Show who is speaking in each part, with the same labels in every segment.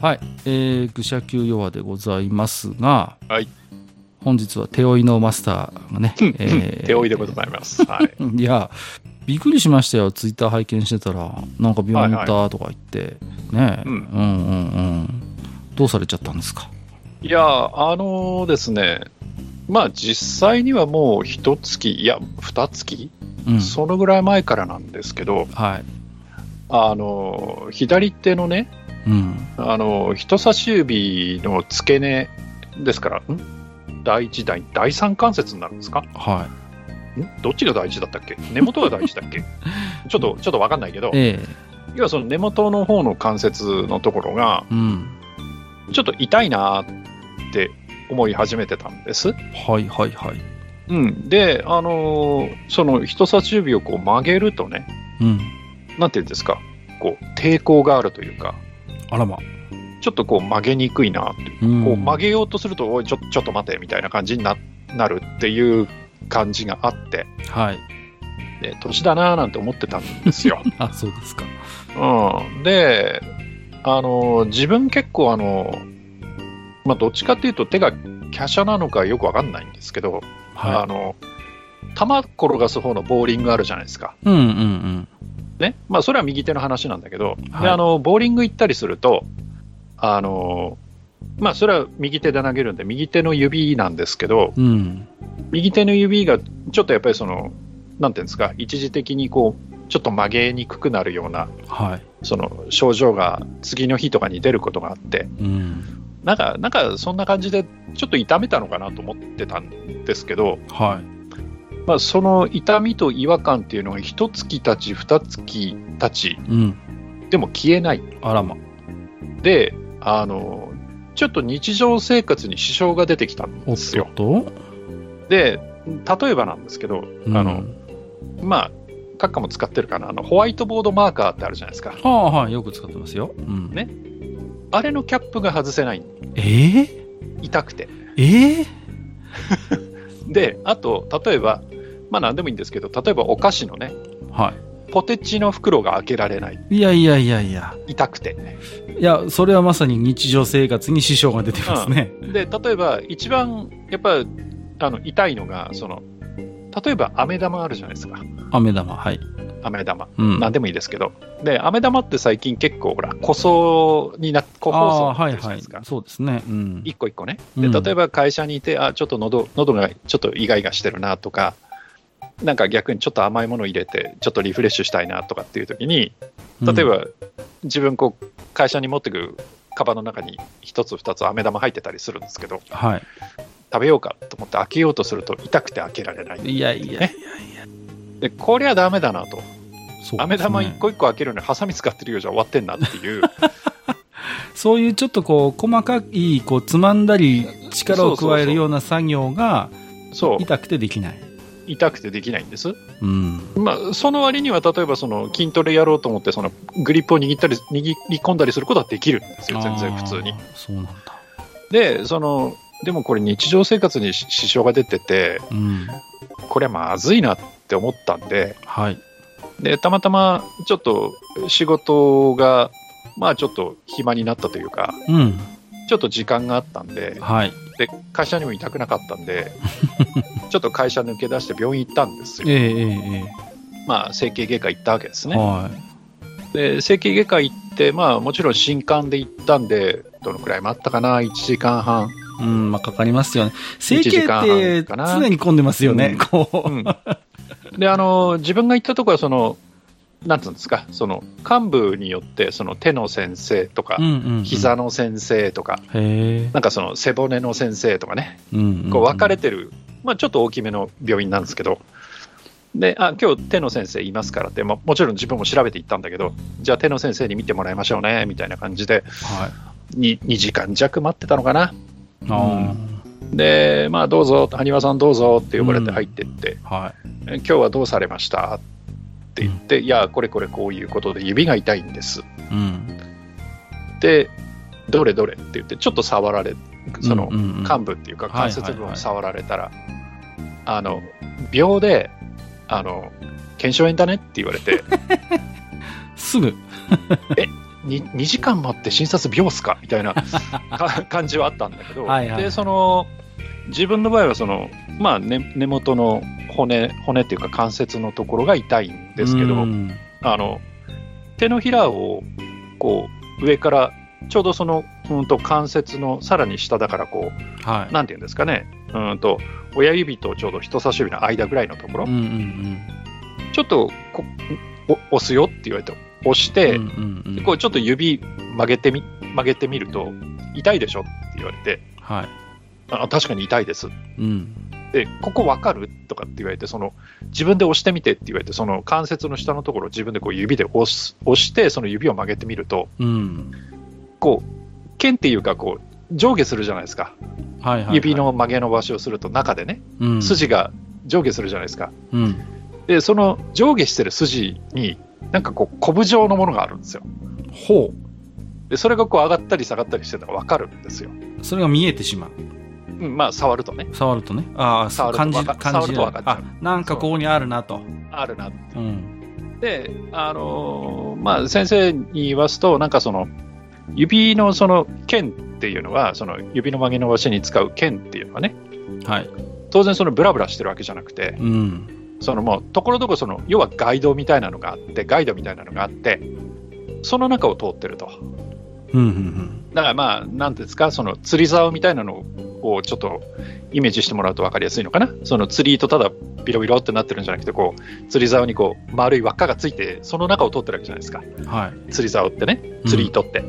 Speaker 1: はい、えー、愚者級弱でございますが、
Speaker 2: はい
Speaker 1: 本日は手負いのマスターがね、えー
Speaker 2: 手負いでございます。はい。
Speaker 1: いや、びっくりしましたよ、ツイッター拝見してたら、なんか病院行っ
Speaker 2: は
Speaker 1: たとか言って、ねえ、
Speaker 2: う
Speaker 1: うんん、うんうんどうされちゃったんですか。
Speaker 2: いやー、あのーですね、まあ実際にはもう一月、いや、二月、
Speaker 1: うん、
Speaker 2: そのぐらい前からなんですけど、
Speaker 1: はい、
Speaker 2: あのー左手のね、
Speaker 1: うん、
Speaker 2: あのー人差し指の付け根ですから、ん第一第第三関節になるんですかん
Speaker 1: はい、
Speaker 2: どっちが第一だったっけ根元が第一だっ けちょっと、ちょっとわかんないけど、
Speaker 1: ええ
Speaker 2: 要はその根元の方の関節のところが、
Speaker 1: うん、
Speaker 2: ちょっと痛いなーって思い始めてたんです。
Speaker 1: はいはいはい、
Speaker 2: うん、で、あのーその人差し指をこう曲げるとね、
Speaker 1: うん、
Speaker 2: なんていうんですか、こう抵抗があるというか、
Speaker 1: あらま、
Speaker 2: ちょっとこう曲げにくいなっていう、
Speaker 1: うん
Speaker 2: こう曲げようとすると、おい、ちょちょっと待てみたいな感じにななるっていう感じがあって、
Speaker 1: はい、
Speaker 2: で年だなーなんて思ってたんですよ。
Speaker 1: あ、そうですか。
Speaker 2: うん、で、あのー自分結構、あのーまあ、どっちかっていうと、手が華奢なのかよくわかんないんですけど、あ
Speaker 1: は
Speaker 2: の球転がす方のボーリングあるじゃないですか。
Speaker 1: い、うんうんうん、
Speaker 2: ねまあ、それは右手の話なんだけど、で
Speaker 1: はい
Speaker 2: あのボーリング行ったりすると、あのまあ、それは右手で投げるんで、右手の指なんですけど、
Speaker 1: うん、
Speaker 2: 右手の指がちょっとやっぱりその、なんていうんですか、一時的にこうちょっと曲げにくくなるような
Speaker 1: はい、
Speaker 2: その症状が次の日とかに出ることがあって、
Speaker 1: うん、
Speaker 2: なんか、なんかそんな感じで、ちょっと痛めたのかなと思ってたんですけど、
Speaker 1: はい、
Speaker 2: まあ、その痛みと違和感っていうのが、一月たち、二月たち、
Speaker 1: うん、
Speaker 2: でも消えない。
Speaker 1: あらま、
Speaker 2: であのちょっと日常生活に支障が出てきたん
Speaker 1: お
Speaker 2: で
Speaker 1: っ
Speaker 2: すよ。
Speaker 1: とっと、
Speaker 2: で例えばなんですけど、
Speaker 1: うん
Speaker 2: あの、まあ閣下も使ってるかなあのホワイトボードマーカーってあるじゃないですか
Speaker 1: はあはい、よく使ってますよ。うん、
Speaker 2: ねあれのキャップが外せない
Speaker 1: えー、
Speaker 2: 痛くて
Speaker 1: えー、
Speaker 2: であと例えばまあ何でもいいんですけど例えばお菓子のね
Speaker 1: は
Speaker 2: ポテチの袋が開けられない
Speaker 1: い。いやいやいやいや。
Speaker 2: 痛くて
Speaker 1: いや、それはまさに日常生活に支障が出てますね。
Speaker 2: で例えば一番やっぱあの痛いのがその例えば飴玉あるじゃないですか
Speaker 1: 飴玉、はい。
Speaker 2: 飴玉
Speaker 1: うん。
Speaker 2: 何でもいいですけど、で、飴玉って最近結構、ほら、個装になっ、個包装
Speaker 1: あーは
Speaker 2: に
Speaker 1: い
Speaker 2: なってるじゃな
Speaker 1: はいい
Speaker 2: ですか。。
Speaker 1: そうですね。うん。
Speaker 2: 一個一個ね。
Speaker 1: う
Speaker 2: で、
Speaker 1: ん
Speaker 2: 例えば会社にいて、あ、ちょっと喉、喉がちょっとイガイガしてるなとか、なんか逆にちょっと甘いもの入れて、ちょっとリフレッシュしたいなとかっていう時に、例えば、自分こう、会社に持ってくカバンの中に一つ二つ飴玉入ってたりするんですけど、
Speaker 1: うんは
Speaker 2: 食べようかと思って開けようとすると痛くて開けられない。
Speaker 1: い。いやいやいや、
Speaker 2: で、こりゃダメだなと。
Speaker 1: そうですね
Speaker 2: 飴玉一個一個開けるのにハサミ使ってるようじゃ終わってんなって いう。
Speaker 1: そういうちょっとこう、細かい、こう、つまんだり、力を加えるような作業が
Speaker 2: そう
Speaker 1: 痛くてできない。
Speaker 2: 痛くてできないんです、
Speaker 1: うん。
Speaker 2: まあ、その割には例えばその筋トレやろうと思ってそのグリップを握ったり握り込んだりすることはできるんですよ全然普通に
Speaker 1: あー。そうなんだ。
Speaker 2: でそのでもこれ日常生活に支支障が出てて
Speaker 1: うん。
Speaker 2: これはまずいなって思ったんで
Speaker 1: はい。
Speaker 2: でたまたまちょっと仕事がまあちょっと暇になったというか
Speaker 1: うん。
Speaker 2: ちょっと時間があったんで
Speaker 1: はい。
Speaker 2: で会社にもいたくなかったん でちょっと会社抜け出して病院行ったんです
Speaker 1: え
Speaker 2: よ、
Speaker 1: えええ
Speaker 2: まあ、整形外科行ったわけです
Speaker 1: え
Speaker 2: ね
Speaker 1: え。はい。
Speaker 2: で整形外科行って、まあ、もちろん新刊で行ったんで、どのくらい待ったかな、1時間半、
Speaker 1: うん、まあ、かかりますよね。整
Speaker 2: 一時
Speaker 1: 形っ
Speaker 2: 間
Speaker 1: て
Speaker 2: 半かな
Speaker 1: 常に混んでますよね、
Speaker 2: うん
Speaker 1: こ
Speaker 2: であの自分が行ったところはその、なんつうんですか、その幹部によってその手の先生とか
Speaker 1: う。、んうん、うん。
Speaker 2: 膝の先生とか、
Speaker 1: へえ。
Speaker 2: なんかその背骨の先生とかね、
Speaker 1: うん
Speaker 2: こう分かれてる、まあ、ちょっと大きめの病院なんですけど、であ今日手の先生いますからって、まあ、もちろん自分も調べて行ったんだけど、じゃあ手の先生に見てもらいましょうねみたいな感じで、
Speaker 1: はい。
Speaker 2: に2時間弱待ってたのかな。
Speaker 1: あ
Speaker 2: で、まあ、どうぞ、埴輪さんどうぞって呼ばれて入ってって、
Speaker 1: あ、はい。
Speaker 2: え今日はどうされましたって言って、いや、これこれこういうことで指が痛いんです
Speaker 1: うん。
Speaker 2: でどれどれって言って、ちょっと触られ、その
Speaker 1: うん、うんうん
Speaker 2: 幹部っていうか、関
Speaker 1: はい
Speaker 2: 節部
Speaker 1: はいは
Speaker 2: を
Speaker 1: い
Speaker 2: 触られたら、あの、秒で、あの、腱鞘炎だねって言われて、
Speaker 1: すぐ。
Speaker 2: に 2, 時間待って診察秒っすかみた いなか感じはあったんだけど、
Speaker 1: はいはい
Speaker 2: でその自分の場合はその、まあね、根元の骨骨っていうか関節のところが痛いんですけど、
Speaker 1: うん
Speaker 2: あの手のひらをこう上からちょうどその、うん、と関節のさらに下だからこう
Speaker 1: はい。
Speaker 2: なんていうんですかねうんと親指とちょうど人差し指の間ぐらいのところ、
Speaker 1: うんうん
Speaker 2: ちょっとこお押すよって言われて押し
Speaker 1: うん。
Speaker 2: て、
Speaker 1: うんうんうん
Speaker 2: こうちょっと指曲げてみ曲げてみると痛いでしょって言われて
Speaker 1: はい。
Speaker 2: あ確かに痛いです
Speaker 1: うん。
Speaker 2: でここわかるとかって言われてその自分で押してみてって言われてその関節の下のところを自分でこう指で押す押してその指を曲げてみると
Speaker 1: うん。
Speaker 2: こう剣っていうかこう上下するじゃないですか
Speaker 1: はいはいはい。
Speaker 2: 指の曲げ伸ばしをすると中でね
Speaker 1: うん
Speaker 2: 筋が上下するじゃないですか
Speaker 1: うん。
Speaker 2: でその上下してる筋になんかこうコブ状のものがあるんですよ
Speaker 1: ほ
Speaker 2: でそれがこう上がったり下がったりしてるのがわかるんですよ、
Speaker 1: う。それが見えてしまう。
Speaker 2: うん、まあ触るとね
Speaker 1: 触るとね。ああ、そう
Speaker 2: 触ると
Speaker 1: 感じ
Speaker 2: わか
Speaker 1: る、感
Speaker 2: 触
Speaker 1: じ
Speaker 2: る
Speaker 1: る
Speaker 2: とわかっちゃ
Speaker 1: あ
Speaker 2: う、
Speaker 1: なんかここにあるなと。
Speaker 2: あるなって
Speaker 1: うん。
Speaker 2: で、あのーまあ、先生に言わすと、なんかその、指のその剣っていうのは、その指の曲げ伸ばしに使う剣っていうのはね、
Speaker 1: はい。
Speaker 2: 当然そのブラブラしてるわけじゃなくて、
Speaker 1: うん。
Speaker 2: そのもう、ところどころその、要はガイドみたいなのがあって、ガイドみたいなのがあって、その中を通ってると。
Speaker 1: うんうん
Speaker 2: だからまあ、なんていうんですか、その釣り竿みたいなのをちょっとイメージしてもらうと分かりやすいのかな。その釣り糸ただビロビロってなってるんじゃなくて、こう、釣り竿にこう、丸い輪っかがついて、その中を通ってるわけじゃないですか。
Speaker 1: うん。はい。
Speaker 2: 釣り竿ってね、釣り糸って。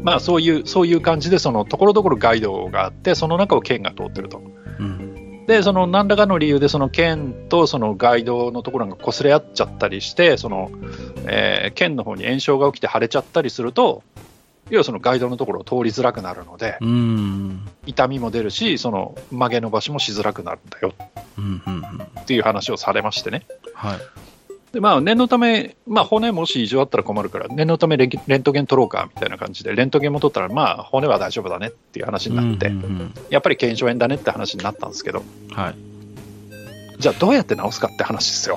Speaker 2: まあそういう、そういう感じで、そのところどころガイドがあって、その中を剣が通ってると。
Speaker 1: うん。
Speaker 2: で、その何らかの理由で、その剣とそのガイドのところが擦れ合っちゃったりして、その、えー剣の方に炎症が起きて腫れちゃったりすると、要はそのガイドのところを通りづらくなるので、
Speaker 1: うん。うん。
Speaker 2: 痛みも出るし、その曲げ伸ばしもしづらくなるんだよ
Speaker 1: うん。うん。うん
Speaker 2: っていう話をされましてね。
Speaker 1: はい。
Speaker 2: でまあ、念のため、まあ、骨もし異常あったら困るから、念のためレンレントゲン取ろうかみたいな感じで、レントゲンも取ったら、まあ、骨は大丈夫だねっていう話になって、
Speaker 1: うんうん
Speaker 2: やっぱり腱鞘炎だねって話になったんですけど、
Speaker 1: うんはい。
Speaker 2: じゃあ、どうやって治すかって話ですよ。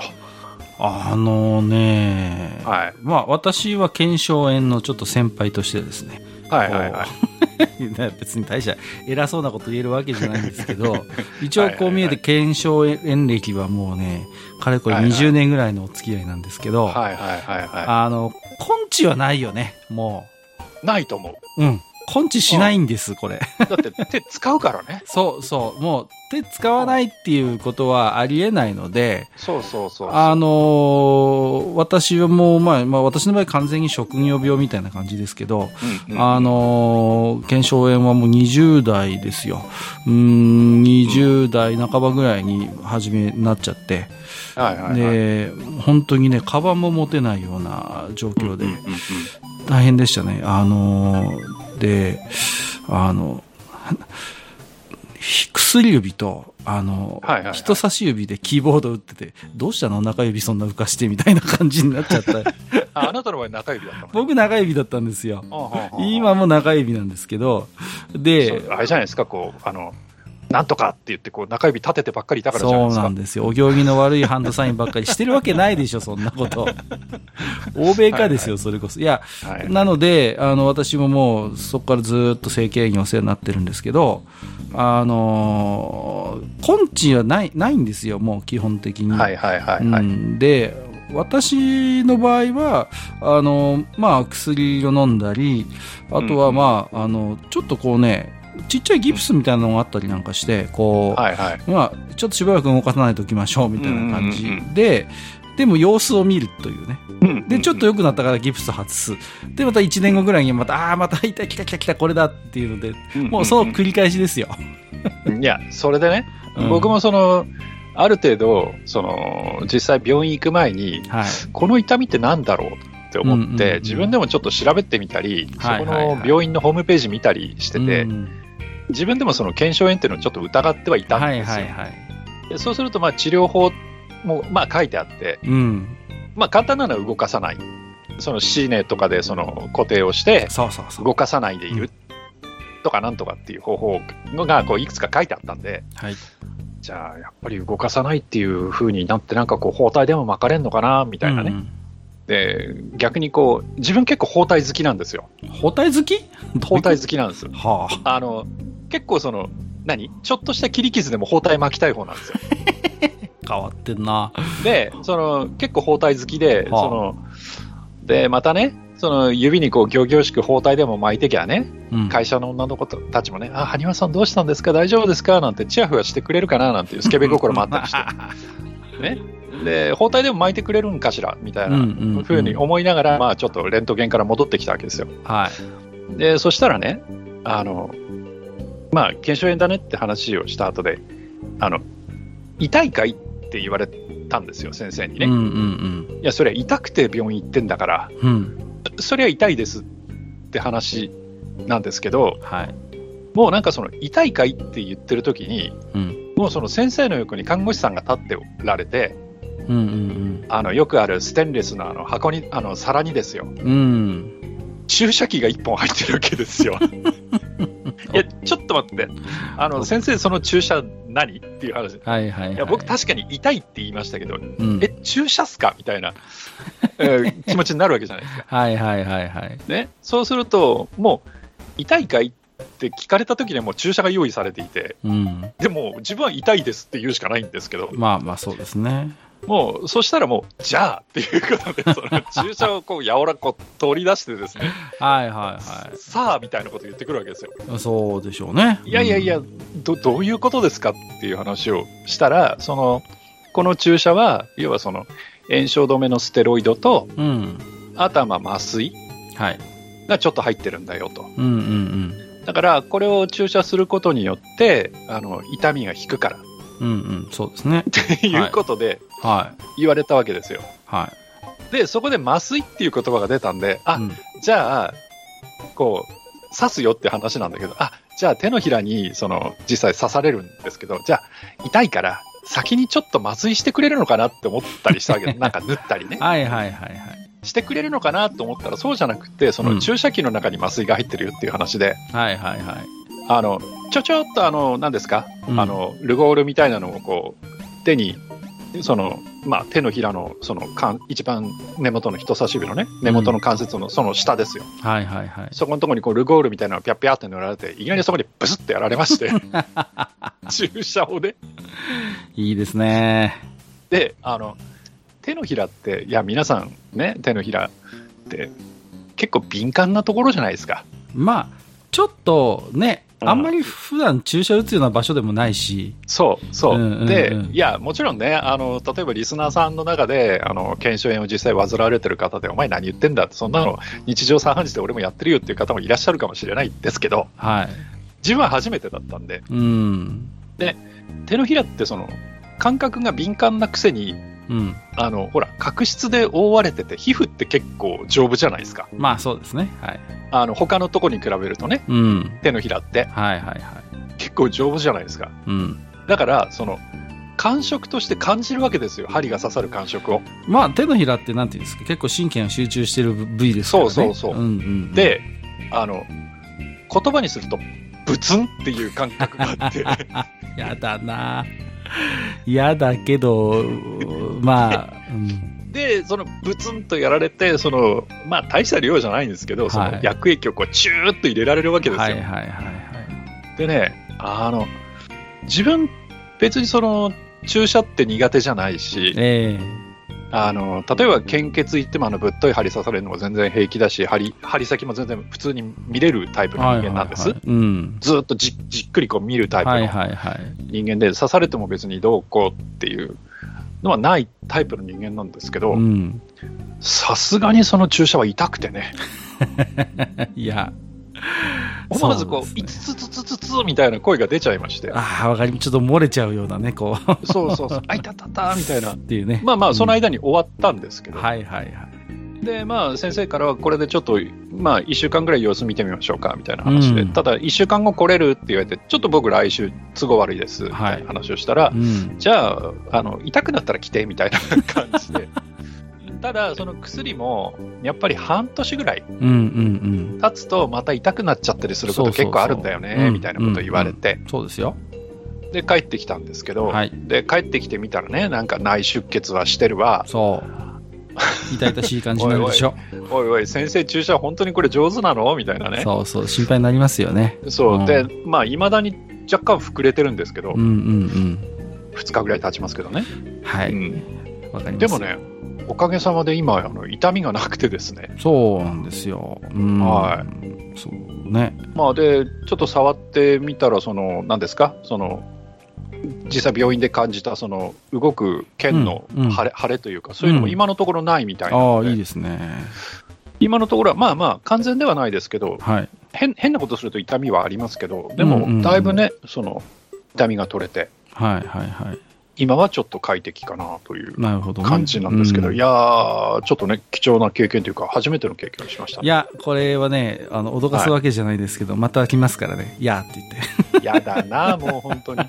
Speaker 1: あのね、
Speaker 2: はい、
Speaker 1: まあ私は腱鞘炎のちょっと先輩としてですね、
Speaker 2: はい、はい、はい。
Speaker 1: いや別に大した偉そうなこと言えるわけじゃないんですけど一応こう見え
Speaker 2: はいはいは
Speaker 1: て
Speaker 2: い
Speaker 1: 検証演歴はもうねかれこれ
Speaker 2: はいはい
Speaker 1: 20年ぐらいのお付き合いなんですけど、
Speaker 2: はい、はい、はい、は
Speaker 1: あの根治はないよねも
Speaker 2: い。ないと思
Speaker 1: ううん根治しないんですこれ
Speaker 2: う。だって、 手使うからね。
Speaker 1: そうそうもう手使わないっていうことはありえないので
Speaker 2: そうそうそう。
Speaker 1: あのー私はもう、まあまあ、私の場合完全に職業病みたいな感じですけど、
Speaker 2: うんうん
Speaker 1: あのー、腱鞘炎はもう20代ですよ。うーん、20代半ばぐらいに初めなっちゃって、
Speaker 2: はい、はい、はい。
Speaker 1: で、本当にね、カバンも持てないような状況で
Speaker 2: うん、うんうん
Speaker 1: 大変でしたね。あのー、で、あの、ひ薬指と、あの、
Speaker 2: はいはいはい
Speaker 1: 人差し指でキーボード打ってて、どうしたの中指そんな浮かしてみたいな感じになっちゃった。
Speaker 2: ああなたの場合、中指だったの ね
Speaker 1: 僕中指だったんですよ。
Speaker 2: ああああああ
Speaker 1: 今も中指なんですけど、で、
Speaker 2: そうあれじゃないですか、こう、あの、なんとかって言って、こう、中指立ててばっかりいたからじゃない
Speaker 1: そう
Speaker 2: ですか。
Speaker 1: なんですよ。お行儀の悪いハンドサインばっかりしてるわけないでしょ、そんな こと。欧米化ですよ、それこそ。いや、
Speaker 2: はい
Speaker 1: なので、あの、私ももう、そこからずっと整形にお世話になってるんですけど、あのー、根治はない、ないんですよ、もう基本的に。
Speaker 2: はいはいはいは
Speaker 1: う
Speaker 2: い。
Speaker 1: ん、で私の場合はあの、まあ、薬を飲んだりあとは、まああのちょっとこうねちっちゃいギプスみたいなのがあったりなんかしてこう、
Speaker 2: はいはい。
Speaker 1: まあ、ちょっとしばらく動かさないときましょうみたいな感じ
Speaker 2: うんうんうん
Speaker 1: で、でも様子を見るというね。
Speaker 2: うん
Speaker 1: で、ちょっと良くなったからギプス外す。で、また1年後ぐらいにまた、ああー、また痛いた来た来た来たこれだっていうので、もうその繰り返しですよ。
Speaker 2: いや、それでね、
Speaker 1: うん
Speaker 2: 僕もその、ある程度、その、実際病院行く前に、
Speaker 1: はい。
Speaker 2: この痛みってなんだろうって思っ
Speaker 1: うんうんうん
Speaker 2: て、自分でもちょっと調べてみたり、そ
Speaker 1: はい
Speaker 2: こ
Speaker 1: はいはい
Speaker 2: の病院のホームページ見たりしてて
Speaker 1: う、ん
Speaker 2: 自分でもその腱鞘炎っていうのをちょっと疑ってはいたん
Speaker 1: はい
Speaker 2: です
Speaker 1: はい
Speaker 2: よ。
Speaker 1: はい。
Speaker 2: でそうすると、まあ治療法も、まあ書いてあって、
Speaker 1: うん。
Speaker 2: まあ簡単なのは動かさない。そのシーネとかでその固定をして、
Speaker 1: そうそうそう。
Speaker 2: 動かさないでいるとかなんとかっていう方法がこういくつか書いてあったんで、
Speaker 1: はい。
Speaker 2: じゃあやっぱり動かさないっていう風になって、なんかこう包帯でも巻かれんのかなみ
Speaker 1: み
Speaker 2: たいなね、えー逆にこう自分結構包帯好きなんですよ
Speaker 1: 包帯好き
Speaker 2: 包
Speaker 1: 包
Speaker 2: 帯好きなんですよ
Speaker 1: はあ
Speaker 2: あの結構その何ちょっとした切り傷でも包帯巻きたい方なんです よ
Speaker 1: 変わってんな
Speaker 2: でその結構包帯好きで、
Speaker 1: はあ
Speaker 2: そのでまたねその指にこう仰々しく包帯でも巻いてきゃね
Speaker 1: うん
Speaker 2: 会社の女の子たちもね「あ埴輪さんどうしたんですか大丈夫ですか?」なんてチヤフヤしてくれるかななんていうスケベ心もあったりし てねで包帯でも巻いてくれるんかしらみたいな
Speaker 1: うんうん
Speaker 2: ふうに思いながら、まあ、ちょっとレントゲンから戻ってきたわけですよ
Speaker 1: はい
Speaker 2: でそしたらねあのまあ腱鞘炎だねって話をした後であの痛いかいって言われたんですよ先生にね、
Speaker 1: うんう
Speaker 2: い
Speaker 1: ん
Speaker 2: やそりゃ痛くて病院行ってんだから
Speaker 1: うんうん
Speaker 2: そりゃ痛いですって話なんですけど
Speaker 1: はい
Speaker 2: もうなんかその痛いかいって言ってる時に
Speaker 1: うん
Speaker 2: もうその先生の横に看護師さんが立ってられて
Speaker 1: うんうん
Speaker 2: あのよくあるステンレスのあの箱にあの皿にですよ
Speaker 1: うんうん
Speaker 2: 注射器が1本入ってるわけで すよ。いや、ちょっと待って、あの先生、その注射何っていう話。い
Speaker 1: はいはいはい
Speaker 2: や僕、確かに痛いって言いましたけど、
Speaker 1: うん
Speaker 2: え、注射っすかみたいな、えー気持ちになるわけじゃないですか。
Speaker 1: はいはいはいはい
Speaker 2: ね、そうすると、もう、痛いかいって聞かれた時にはもう注射が用意されていて、
Speaker 1: うん
Speaker 2: でも、自分は痛いですって言うしかないんですけど、
Speaker 1: まあまあそうですね
Speaker 2: もう、そしたらもう、じゃあっていうことで、その注射をこう、柔らかく取り出してですね、
Speaker 1: はいは
Speaker 2: さあみたいなこと言ってくるわけですよ。
Speaker 1: いはいそうでしょうね
Speaker 2: いやいやいや、
Speaker 1: うん
Speaker 2: どどういうことですかっていう話をしたら、そのこの注射は、要はその炎症止めのステロイドと、
Speaker 1: うん
Speaker 2: あとはまあ麻酔
Speaker 1: はい
Speaker 2: がちょっと入ってるんだよと。
Speaker 1: うんうん
Speaker 2: だから、これを注射することによって、あの痛みが引くから
Speaker 1: うんうんうんそうですね
Speaker 2: っていうことで
Speaker 1: はい
Speaker 2: 言われたわけですよ。
Speaker 1: は
Speaker 2: で、そこで麻酔っていう言葉が出たんで、あ、
Speaker 1: いうん
Speaker 2: じゃあ、こう、刺すよって話なんだけど、あじゃあ手のひらにその実際刺されるんですけど、じゃあ痛いから、先にちょっと麻酔してくれるのかなって思ったりしたわ けなんか塗ったりね、
Speaker 1: はいはいはいはい
Speaker 2: してくれるのかなと思ったら、そうじゃなくて、そうの
Speaker 1: ん
Speaker 2: 注射器の中に麻酔が入ってるよっていう話で、
Speaker 1: はいはいはい
Speaker 2: あのちょちょっと、あの、何ですか、
Speaker 1: うん
Speaker 2: あの、ルゴールみたいなのをこう、手に、その、まあ、手のひらの、その、かん一番根元の人差し指のね、根元の関節のその下ですよ。
Speaker 1: はいはいはい
Speaker 2: そこのところにこうルゴールみたいなのをピャッピャーって塗られて、いきなりそこにブスってやられまして、 注射をね。
Speaker 1: いいですね
Speaker 2: で、あの、手のひらって、いや、皆さんね、手のひらって、結構敏感なところじゃないですか。
Speaker 1: まあちょっとね
Speaker 2: うん
Speaker 1: あんまり普段注射打つような場所でもないし
Speaker 2: そう、そう。
Speaker 1: うんうんうん
Speaker 2: で、いや、もちろんね、あの、例えばリスナーさんの中で、あの、腱鞘炎を実際患われてる方で、お前何言ってんだって、そんなの日常茶飯事で俺もやってるよっていう方もいらっしゃるかもしれないんですけど、
Speaker 1: はい
Speaker 2: 自分は初めてだったんで、
Speaker 1: うん
Speaker 2: 手のひらってその、感覚が敏感なくせに、
Speaker 1: うん
Speaker 2: あのほら角質で覆われてて皮膚って結構丈夫じゃないですか
Speaker 1: まあそうですねはい
Speaker 2: あの他のとこに比べるとね
Speaker 1: うん
Speaker 2: 手のひらって
Speaker 1: はいはいはい
Speaker 2: 結構丈夫じゃないですか
Speaker 1: うん
Speaker 2: だからその感触として感じるわけですよ針が刺さる感触を
Speaker 1: まあ手のひらってなんていうんですか結構神経が集中してる部位ですからね
Speaker 2: そうそうそうん
Speaker 1: うん、
Speaker 2: であの言葉にするとブツンっていう感覚があって
Speaker 1: やだなやだけどまあ、うん
Speaker 2: でそのブツンとやられてそのまあ大した量じゃないんですけど、そ
Speaker 1: は
Speaker 2: の
Speaker 1: い
Speaker 2: 薬液をこうチューッと入れられるわけですよ、
Speaker 1: はいはいはいはい
Speaker 2: でね、あの、自分、別にその、注射って苦手じゃないし、
Speaker 1: ええ
Speaker 2: あの、例えば献血行ってもあの、ぶっとい針刺されるのも全然平気だし、針、針先も全然普通に見れるタイプ
Speaker 1: は
Speaker 2: の
Speaker 1: いは
Speaker 2: 人
Speaker 1: い
Speaker 2: 間なんです。
Speaker 1: はいうん
Speaker 2: ずっとじじっくりこう見るタイプ
Speaker 1: はい
Speaker 2: の
Speaker 1: はいはい
Speaker 2: 人間で、刺されても別にどうこうっていうのはないタイプの人間なんですけど
Speaker 1: う、ん
Speaker 2: さすがにその注射は痛くてね、
Speaker 1: いや
Speaker 2: 思わずこう、
Speaker 1: そう
Speaker 2: い
Speaker 1: で
Speaker 2: つつつつつつみたいな声が出ちゃいまして、
Speaker 1: ああわかりちょっと漏れちゃうようなねこう っ
Speaker 2: そうそうそう、あいたたたみたいな。
Speaker 1: ていうね
Speaker 2: まあまあ、その間に終わったんですけど、
Speaker 1: はいはいはい
Speaker 2: でまあ先生からはこれでちょっとまあ1週間ぐらい様子見てみましょうかみたいな話で、
Speaker 1: うん
Speaker 2: ただ1週間後来れるって言われてちょっと僕来週都合悪いですみ
Speaker 1: はい
Speaker 2: たいな話をしたら、
Speaker 1: うん
Speaker 2: じゃああの痛くなったら来てみたいな感じ でただその薬もやっぱり半年ぐらい
Speaker 1: うんうん
Speaker 2: 経つとまた痛くなっちゃったりすること
Speaker 1: そうそうそう
Speaker 2: 結構あるんだよね
Speaker 1: うん
Speaker 2: みたいなこと言われて、
Speaker 1: うんそうですよ
Speaker 2: で帰ってきたんですけど、
Speaker 1: はい
Speaker 2: で帰ってきてみたらねなんか内出血はしてるわ
Speaker 1: そ痛々しい感じになるでしょ。
Speaker 2: おいおい、先生、注射本当にこれ上手なのみたいなね。
Speaker 1: そうそう、心配になりますよね。
Speaker 2: そうう。
Speaker 1: ん
Speaker 2: で、まあ、いまだに若干膨れてるんですけど
Speaker 1: うん、うん
Speaker 2: 2日ぐらい経ちますけどね。
Speaker 1: うん。は
Speaker 2: う
Speaker 1: い。
Speaker 2: ん
Speaker 1: わかります。
Speaker 2: でも。ね、おかげさまで今、あの痛みがなくてですね。
Speaker 1: そうなんですよ。うん。。
Speaker 2: はい
Speaker 1: そうね。
Speaker 2: まあ、で、ちょっと触ってみたら、その、何ですかその、実際病院で感じた、その、動く腱の
Speaker 1: うんうん
Speaker 2: 腫れ、腫れというか、そういうのも
Speaker 1: うん
Speaker 2: 今のところないみたいな
Speaker 1: あ
Speaker 2: の
Speaker 1: あ、
Speaker 2: で、
Speaker 1: いいですね。
Speaker 2: 今のところは、まあまあ、完全ではないですけど、
Speaker 1: はい。
Speaker 2: 変変なことすると痛みはありますけど、で
Speaker 1: うんうんう
Speaker 2: も、
Speaker 1: ん
Speaker 2: だいぶね、その痛みが取れて、
Speaker 1: はいはいはい。
Speaker 2: 今はちょっと快適かなという
Speaker 1: なるほどね、
Speaker 2: 感じなんですけど、
Speaker 1: う
Speaker 2: いやー、ちょっとね、貴重な経験というか、初めての経験をしました
Speaker 1: い。や、これはね、あの、脅かすわけじゃないですけど、また来ますからね。いやーって言って。
Speaker 2: やだな、もう 本当に。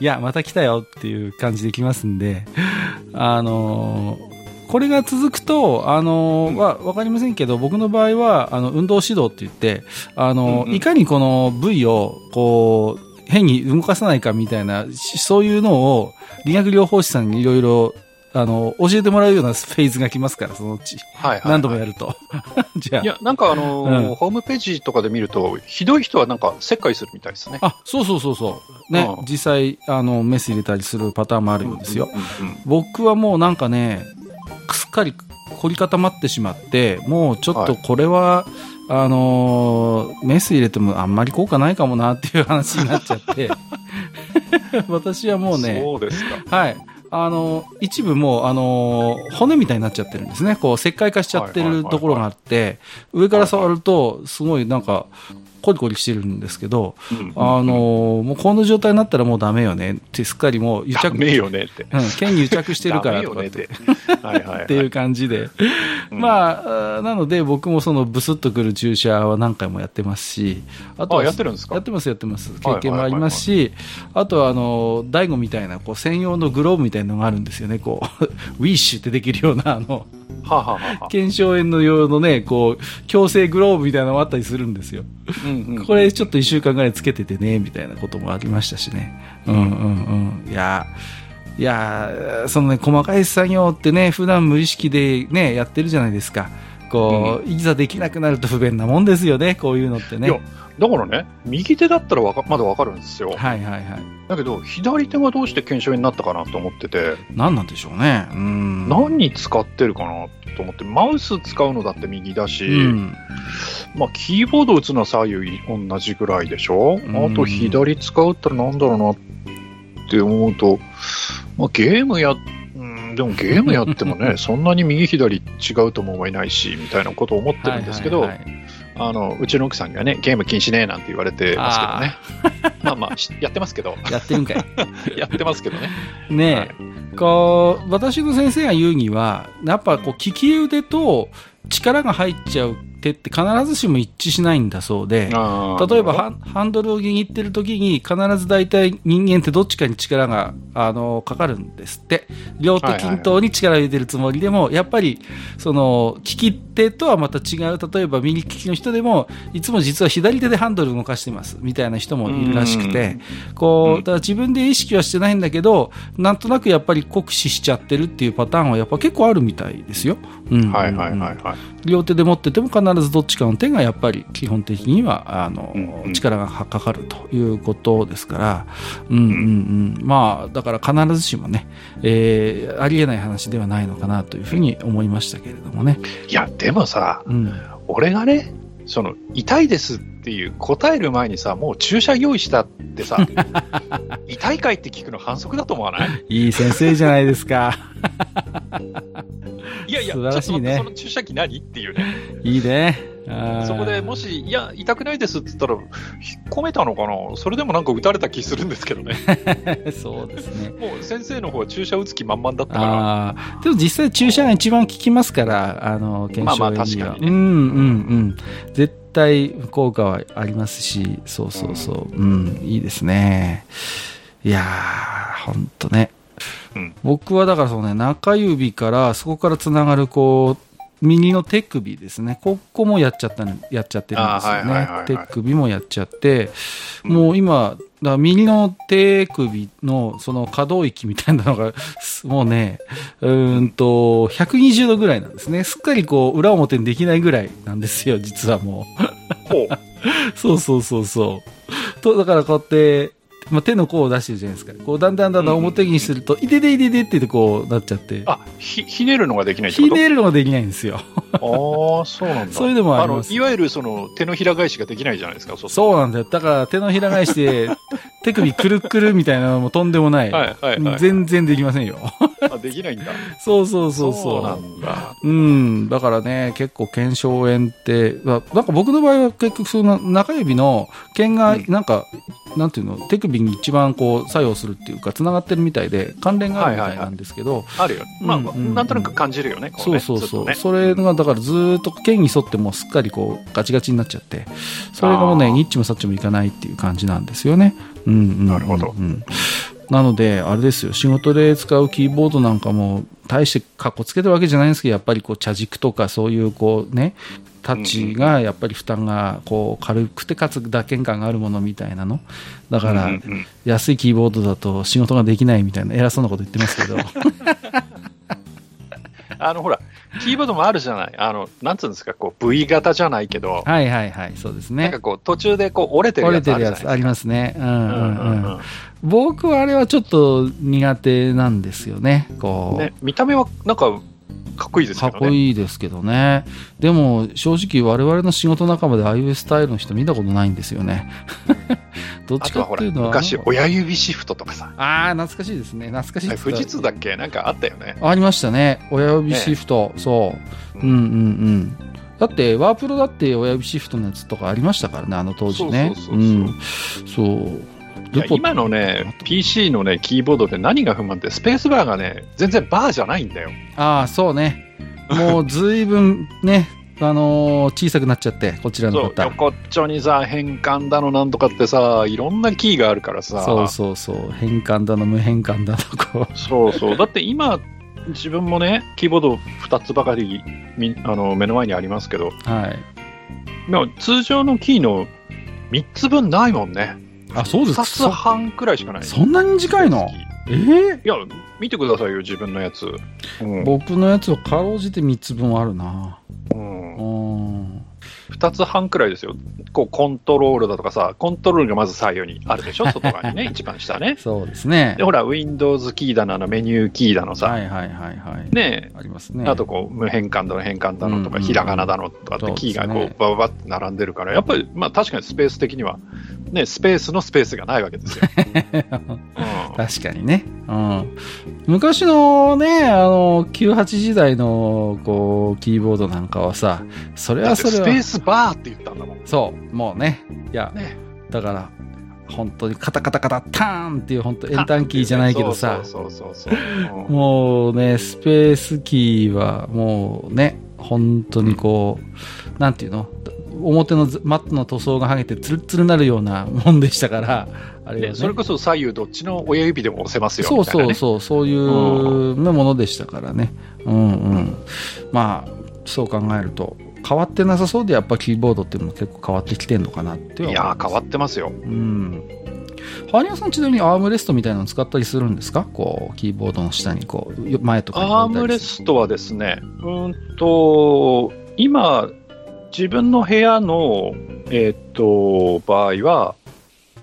Speaker 1: いや、また来たよっていう感じで来ますんで、 あのーこれが続くと、あのーわ、わかりませんけど、僕の場合は、あの、運動指導って言って、あのー
Speaker 2: うんうん
Speaker 1: いかにこの部位を、こう、変に動かさないかみたいな、しそういうのを、理学療法士さんにいろいろ、あの、教えてもらうようなフェーズが来ますから、そのうち。
Speaker 2: はいはい、
Speaker 1: 何度もやると。 じゃあ
Speaker 2: い。や、なんかあのー
Speaker 1: うん
Speaker 2: ホームページとかで見ると、ひどい人はなんか、切開するみたいですね。
Speaker 1: あ、そうそうそうそう。ね、
Speaker 2: うん
Speaker 1: 実際、あの、メス入れたりするパターンもあるんですよ。
Speaker 2: うんうんうん
Speaker 1: 僕はもうなんかね、すっかり凝り固まってしまって、もうちょっとこれは、あのーメス入れてもあんまり効果ないかもなっていう話になっちゃって、 私はもうね、
Speaker 2: そうですか。
Speaker 1: はい。あの、一部もう、あの、骨みたいになっちゃってるんですね。こう、石灰化しちゃって
Speaker 2: はいは
Speaker 1: る
Speaker 2: いはいはい
Speaker 1: ところがあって、上から触ると、すごいなんか、コリコリしてるんですけど、
Speaker 2: うん
Speaker 1: あ、の、もうこの状態になったらもうダメよねって、すっかりもう癒
Speaker 2: ダ
Speaker 1: 着、
Speaker 2: メよねって。
Speaker 1: うん、剣に癒着してるからと
Speaker 2: ダ
Speaker 1: か
Speaker 2: メ
Speaker 1: っ。
Speaker 2: よねってて。はいはい、はい。
Speaker 1: っていう感じで。
Speaker 2: うん
Speaker 1: まあ、あーなので僕もそのブスッとくる注射は何回もやってますし、あとは
Speaker 2: あ、やってるんですか
Speaker 1: やってます、やってます。経験もありますし、あとは、あの、大悟みたいな、こう、専用のグローブみたいなのがあるんですよね。こう、 ウィッシュってできるような、あの、
Speaker 2: はあはあはあはあ
Speaker 1: 腱鞘炎の用のね、こう、強制グローブみたいなのもあったりするんですよ。
Speaker 2: うんうん
Speaker 1: これちょっと1週間ぐらいつけててね、みたいなこともありましたしね。うんうんうん。いやー、いやーそのね、細かい作業ってね、普段無意識でね、やってるじゃないですか。こう、いざできなくなると不便なもんですよね、こういうのってね。
Speaker 2: いやだからね、右手だったらわかまだわかるんです
Speaker 1: は
Speaker 2: よ。
Speaker 1: いはいはい。
Speaker 2: だけど、左手がどうして腱鞘炎になったかなと思ってて、
Speaker 1: 何なんでしょうね。うん。
Speaker 2: 何に使ってるかなと思って、マウス使うのだって右だし、
Speaker 1: うん、
Speaker 2: まあ、キーボード打つのは左右同じぐらいでしょ、
Speaker 1: うん
Speaker 2: あと左使うったらなんだろうなって思うと、まあ、ゲームや、うん、でもゲームやって もね、そんなに右左違うとも思えないし、みたいなことを思ってるんですけど、
Speaker 1: はいはいはい
Speaker 2: あのうちの奥さんがね、ゲーム禁止ねなんて言われてますけどね。 まあまあ、しやってますけど、
Speaker 1: やってるんかい。
Speaker 2: やってますけどね。
Speaker 1: ねえ、こう、私の先生が言うには、やっぱこう、利き腕と力が入っちゃう手って必ずしも一致しないんだそうで、例え
Speaker 2: 例
Speaker 1: ばハンハンドルを握ってる時に必ず大体人間ってどっちかに力があのかかるんですって両手均等に力を入れてるつもりでも、やっぱりその利き手とはまた違う例えば右利きの人でもいつも実は左手でハンドルを動かしてますみたいな人もいるらしくてこう
Speaker 2: うん
Speaker 1: だから自分で意識はしてないんだけどなんとなくやっぱり酷使しちゃってるっていうパターンはやっぱ結構あるみたいですよ。うん
Speaker 2: はいはいはいはい。
Speaker 1: 両手で持ってても必ずどっちかの手がやっぱり基本的にはあの、
Speaker 2: うんうん
Speaker 1: 力がかかるということですから、うんうんうん、まあだから必ずしもね、えーありえない話ではないのかなというふうに思いましたけれどもね。
Speaker 2: いや、でもさ、
Speaker 1: うん、
Speaker 2: 俺がね、その、痛いですっていう答える前にさ、もう注射用意したっ てさ、痛いかいって聞くの反則だと思わない
Speaker 1: いい先生じゃないですか。
Speaker 2: いやいや、ち
Speaker 1: 素
Speaker 2: ょ
Speaker 1: 晴
Speaker 2: っと
Speaker 1: らしい
Speaker 2: 待っ
Speaker 1: ね
Speaker 2: て、その注射器何っていうね。
Speaker 1: いいね。あー
Speaker 2: そこでもし、いや、痛くないですって言ったら、引っ込めたのかなそれでもなんか打たれた気するんですけ どね。
Speaker 1: そうですね。
Speaker 2: もう先生の方は注射打つ気満々だったから。
Speaker 1: ああでも実際注射が一番効きますから、あの、検証
Speaker 2: まあまあ確かにね
Speaker 1: うんうんうん。絶対効果はありますし、そうそうそう。うん、いいですね。いやー、ほんとね。
Speaker 2: うん
Speaker 1: 僕はだからそのね、中指から、そこからつながるこう、右の手首ですね。ここもやっちゃったね、やっちゃってるんですよ
Speaker 2: あーはい
Speaker 1: ね
Speaker 2: はいはいは。い
Speaker 1: 手首もやっちゃって、
Speaker 2: うん
Speaker 1: もう今、だから右の手首のその可動域みたいなのが、 すもうね、うーんと、120度ぐらいなんですね。すっかりこう、裏表にできないぐらいなんですよ、実はもう。
Speaker 2: ほう
Speaker 1: そうそうそうそう。と、だからこうやって、まあ、手の甲を出してるじゃないですか。こう、だんだんだんだん表にすると、いででいででってこうなっちゃって、
Speaker 2: あひひねるのができないってこ
Speaker 1: ひ
Speaker 2: と
Speaker 1: ねるのができないんですよ。
Speaker 2: ああそうなんだ
Speaker 1: そういうのもあります
Speaker 2: のいわゆるその手のひら返しができないじゃないですかそうする
Speaker 1: そうなんだよ。だから手のひら返し で、手首くるくるみたいなのもとんでもない。
Speaker 2: とはいはいはい
Speaker 1: 全然できませんよ。
Speaker 2: あできないんだ
Speaker 1: そうそうそうそう。
Speaker 2: そうなんだ
Speaker 1: うん、だからね、結構、腱鞘炎って、まあなんか僕の場合は結局、その中指の腱が
Speaker 2: うん、
Speaker 1: なんか、なんていうの、手首に一番こう作用するっていうか、つながってるみたいで、関連があるみたいなんですけど、
Speaker 2: あるよねまあ、
Speaker 1: うんうんうん
Speaker 2: なんとなく感じるよねこ
Speaker 1: そう
Speaker 2: ね
Speaker 1: そうそう、
Speaker 2: ずっとね
Speaker 1: それがだからずーっと腱に沿ってもうすっかりこうガチガチになっちゃってそれがもう
Speaker 2: あ
Speaker 1: ね
Speaker 2: ー
Speaker 1: ニッチもサッチもいかないっていう感じなんですよね、うんうんうんうん
Speaker 2: なるほど
Speaker 1: なのであれですよ仕事で使うキーボードなんかも大してかっこつけてるわけじゃないんですけどやっぱりこう茶軸とかそういうこうねタッチがやっぱり負担がこう軽くてかつ打鍵感があるものみたいなのだから
Speaker 2: うんうんうん
Speaker 1: 安いキーボードだと仕事ができないみたいな偉そうなこと言ってますけ ど
Speaker 2: あのほらキーボードもあるじゃないあのなんつうんですかこう V 型じゃないけど、
Speaker 1: はいはいはいそうですね
Speaker 2: なんかこう途中でこう折れてる
Speaker 1: 折
Speaker 2: や
Speaker 1: れ
Speaker 2: つ
Speaker 1: て
Speaker 2: あ
Speaker 1: る
Speaker 2: るじ
Speaker 1: や
Speaker 2: ゃないです
Speaker 1: つ
Speaker 2: か
Speaker 1: ありますね。うん
Speaker 2: う
Speaker 1: うんん
Speaker 2: う
Speaker 1: うん
Speaker 2: ん
Speaker 1: うん
Speaker 2: うん
Speaker 1: 僕はあれはちょっと苦手なんですよね。こう。
Speaker 2: ね、見た目はなんかかっこいいです
Speaker 1: か
Speaker 2: け
Speaker 1: っ
Speaker 2: ど
Speaker 1: こ
Speaker 2: ね。
Speaker 1: いいですけどね。でも正直我々の仕事仲間でああいうスタイルの人見たことないんですよね。 どっ
Speaker 2: あ
Speaker 1: ちか
Speaker 2: とはほ
Speaker 1: って
Speaker 2: ら
Speaker 1: いうのは。
Speaker 2: 昔親指シフトとかさ、
Speaker 1: ああ、懐かしいですね。懐かしいっつった
Speaker 2: 富士通だっけなんかあったよね。
Speaker 1: ありましたね。親指シフト。そう。うんうんうん。だって、ワープロだって親指シフトのやつとかありましたからね、あの当時ね。
Speaker 2: そうそうそうそ
Speaker 1: う
Speaker 2: う
Speaker 1: んそう
Speaker 2: いや
Speaker 1: ルポ
Speaker 2: 今のね PC のねキーボードで何が不満ってスペースバーがね全然バーじゃないんだよ。
Speaker 1: ああそうねもうずいぶんね あのー小さくなっちゃってこちらの
Speaker 2: そう
Speaker 1: 方
Speaker 2: 横っちょにさ変換だのなんとかってさいろんなキーがあるからさ。
Speaker 1: そうそうそう変換だの無変換だのこ
Speaker 2: そうそう。だって今、自分もね、キーボード2つばかりみあの目の前にありますけど、
Speaker 1: うはい
Speaker 2: でも通常のキーの3つ分ないもんね。
Speaker 1: あそうです
Speaker 2: 2
Speaker 1: か
Speaker 2: つ半くらいしかない。
Speaker 1: そそんなに近いのええ
Speaker 2: いや、見てくださいよ、自分のやつ。うん
Speaker 1: 僕のやつはかろうじて3つ分あるな
Speaker 2: うん
Speaker 1: うーん
Speaker 2: 2つ半くらいですよ。こう、コントロールだとかさ、コントロールがまず左右にあるでしょ、外側に ね、一番下ね。
Speaker 1: そうですね
Speaker 2: で、ほら、Windows キーだな、あのメニューキーだのさ、
Speaker 1: はいはいはいはい
Speaker 2: ねえ
Speaker 1: ありますね
Speaker 2: あとこう無変換だの変換だのと
Speaker 1: うんう
Speaker 2: か、
Speaker 1: ん
Speaker 2: ひらがなだのとかっ
Speaker 1: そ
Speaker 2: て
Speaker 1: うです
Speaker 2: キ
Speaker 1: ね
Speaker 2: ーがこうバババって並んでるから、やっぱりまあ確かにスペース的には、ね、スペースのスペースがないわ けですよ。うん
Speaker 1: 確かにね、うん、昔のねあの98時代のこうキーボードなんかはさそれ
Speaker 2: だ
Speaker 1: は
Speaker 2: って
Speaker 1: それ
Speaker 2: ス
Speaker 1: は
Speaker 2: ペースバーって言ったんだもん。
Speaker 1: そう、もうね。いや、
Speaker 2: ね
Speaker 1: だから、本当にカタカタカタターンっていう、本当円単キーじゃないけどさ、
Speaker 2: そうそうそうそうそううん
Speaker 1: もうね、スペースキーはもうね、本当にこう、なんていうの表のずマットの塗装が剥げてツルッツルになるようなもんでしたから、あれはね
Speaker 2: ねそれこそ左右どっちの親指でも押せますよ
Speaker 1: そう
Speaker 2: みたい
Speaker 1: そ
Speaker 2: な
Speaker 1: う
Speaker 2: ね。
Speaker 1: そう、そういうねものでしたからね。うんうん。まあ、そう考えると、変わってなさそうで、やっぱキーボードっていうのも結構変わってきてんのかなって
Speaker 2: い
Speaker 1: は思
Speaker 2: や
Speaker 1: ま
Speaker 2: ー
Speaker 1: す
Speaker 2: 変わってますよ。
Speaker 1: うん。羽生さんちなみにアームレストみたいなの使ったりするんですかこう、キーボードの下にこう、よ前とかに
Speaker 2: アー
Speaker 1: 置いた
Speaker 2: ム
Speaker 1: り
Speaker 2: レ
Speaker 1: す
Speaker 2: ストはですね、うーんと、今、自分の部屋の、えーっと、場合は、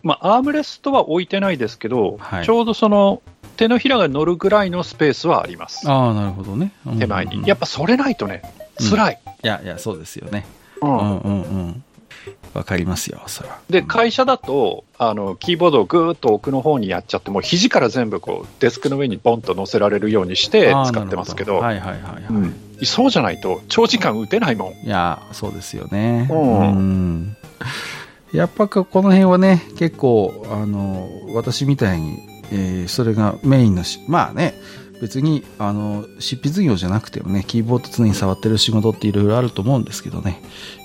Speaker 2: まあ、アームレストは置いてないですけど、
Speaker 1: はい
Speaker 2: ちょうどその、手のひらが乗るぐらいのスペースはあります
Speaker 1: る。。ああ、なるほどね。うんうんうん
Speaker 2: 手前に。やっぱそれないとね、辛い。
Speaker 1: いやいや、そうですよね。
Speaker 2: う
Speaker 1: うんんうんうん。わかりますよ、それは。
Speaker 2: で、会社だと、あの、キーボードをぐーっと奥の方にやっちゃって、もう肘から全部こう、デスクの上にボンと乗せられるようにして
Speaker 1: ああ
Speaker 2: 使ってますけど、
Speaker 1: なるほはいはいはいはい。
Speaker 2: うんそうじゃないと、長時間打てないもん。
Speaker 1: いや、そうですよね。
Speaker 2: うん
Speaker 1: んやっぱここの辺はね、結構、あの、私みたいに、えーそれがメインのし、まあね、別に、あの、執筆業じゃなくてもね、キーボード常に触ってる仕事っていろいろあると思うんですけどね。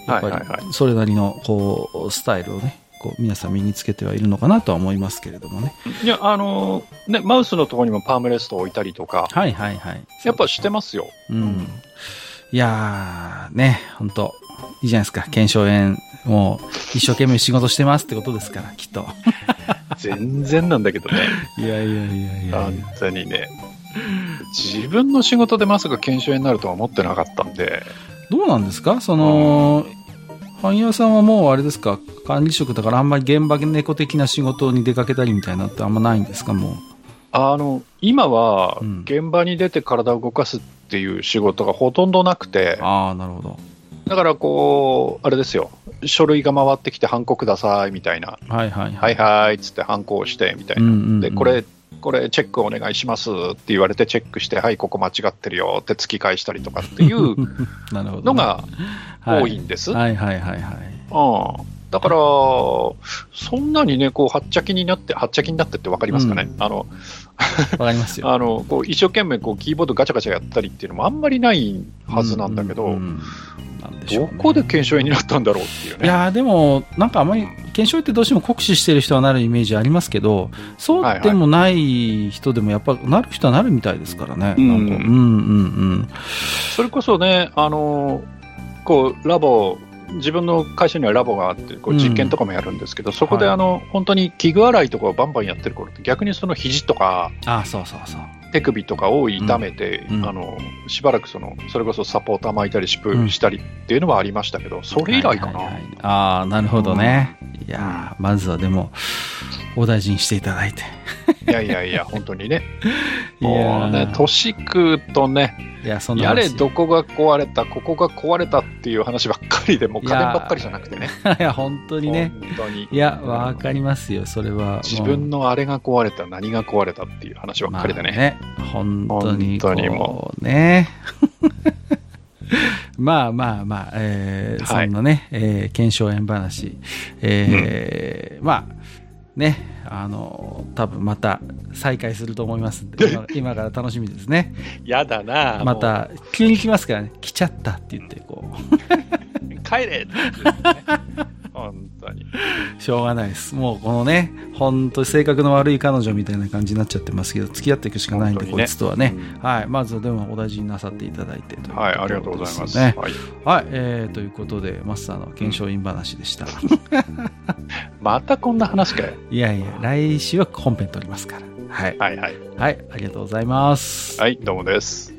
Speaker 1: やっぱり
Speaker 2: はいはいは、
Speaker 1: それなりの、こう、スタイルをね、こう、皆さん身につけてはいるのかなとは思いますけれどもね。
Speaker 2: いや、あのね、マウスのところにもパームレストを置いたりとか、
Speaker 1: はいはいはい。
Speaker 2: やっぱしてますよ。
Speaker 1: うん。いやー、ね、本当いいじゃないですか。腱鞘炎、もう、一生懸命仕事してますってことですから、きっ と。
Speaker 2: 全然なんだけどね。
Speaker 1: いやいやいやいや
Speaker 2: 本当にね。自分の仕事でまさか研修炎になるとは思ってなかったんで、
Speaker 1: どうなんですかその、パン屋さんはもうあれですか、管理職だからあんまり現場猫的な仕事に出かけたりみたいなのってあんまないんですかも
Speaker 2: あの、今は
Speaker 1: うん
Speaker 2: 現場に出て体を動かすっていう仕事がほとんどなくて
Speaker 1: う。、ああ、なるほど。
Speaker 2: だからこう、あれですよ、書類が回ってきて、ハンコくださいみたいな、
Speaker 1: はいはいは。
Speaker 2: はいいはいっつって、ハンコをしてみたい
Speaker 1: うん
Speaker 2: な、
Speaker 1: うんうん
Speaker 2: でこ、れ、これ、チェックお願いしますって言われて、チェックして、はい、ここ間違ってるよって突き返したりとかっていう
Speaker 1: なるほどね
Speaker 2: のが多いんです。
Speaker 1: はいはいはいはい。
Speaker 2: うんだから、そんなにね、こう、はっちゃきになって、はっちゃきになってって分かりますかね、あの、
Speaker 1: わかりますよ。
Speaker 2: あのこう一生懸命こう、キーボードガチャガチャやったりっていうのもあんまりない はずなんだけど、
Speaker 1: うううんなんでしょ
Speaker 2: ど
Speaker 1: うね
Speaker 2: こで検証になったんだろうっていう
Speaker 1: い
Speaker 2: ね。
Speaker 1: やーでも、なんかあまり、検証ってどうしても酷使してる人はなるイメージありますけど、そうでもない人でも、やっぱ、なる人はなるみたいですからね。
Speaker 2: うん
Speaker 1: なんかうんうん
Speaker 2: それこそね、あのこうラボ、自分の会社にはラボがあって、こう
Speaker 1: うん
Speaker 2: 実験とかもやるんですけど、そこで
Speaker 1: はい
Speaker 2: あの、本当に器具洗いとかをバンバンやってる頃って、逆にその肘とか
Speaker 1: うん。ああ、そうそうそう。
Speaker 2: 手首とかを痛めて、
Speaker 1: うんうん
Speaker 2: あのしばらくそのそれこそサポーター巻いたり、シプ
Speaker 1: うん
Speaker 2: したりっていうのはありましたけど、それ以来か
Speaker 1: は
Speaker 2: な。
Speaker 1: いはいはいああ、なるほどね。いやーまずはでも、お大事にしていただいて。
Speaker 2: いやいやいや、本当にね、
Speaker 1: いや
Speaker 2: もうね、
Speaker 1: ー
Speaker 2: 年食うとね、
Speaker 1: いや、そんな
Speaker 2: や
Speaker 1: 話
Speaker 2: れ、どこが壊れた、ここが壊れたっていう話ばっかりで、もう家電ばっかりじゃなくてね、
Speaker 1: いや、本当にね。
Speaker 2: 本当に
Speaker 1: いや、わかりますよ、それは。
Speaker 2: 自分のあれが壊れた、何が壊れたっていう話ばっかりでね。
Speaker 1: まあね本当にこう
Speaker 2: 本当にも
Speaker 1: ね まあまあまあ、えー
Speaker 2: はい
Speaker 1: そんなね、えー、検証炎話、えーまあねあの多分また再開すると思いますん で今今から楽しみですね
Speaker 2: やだな
Speaker 1: また急に来ますからね来ちゃったって言ってこ
Speaker 2: もう帰れって言ってね本当に。
Speaker 1: う しょうがないですもうこのね本当に性格の悪い彼女みたいな感じになっちゃってますけど付き合っていくしかないんで、
Speaker 2: 本
Speaker 1: こ
Speaker 2: 当にね
Speaker 1: いつとはねはい、まずはでもお大事になさっていただいてという
Speaker 2: はい、ありがとうございます。
Speaker 1: ね
Speaker 2: はい、
Speaker 1: はい、えーということで、マスターの検証員話でした。
Speaker 2: またこんな話かよ。
Speaker 1: いやいや、来週は本編撮りますから。はい。
Speaker 2: はいはい。
Speaker 1: はい、ありがとうございます。
Speaker 2: はい、どうもです。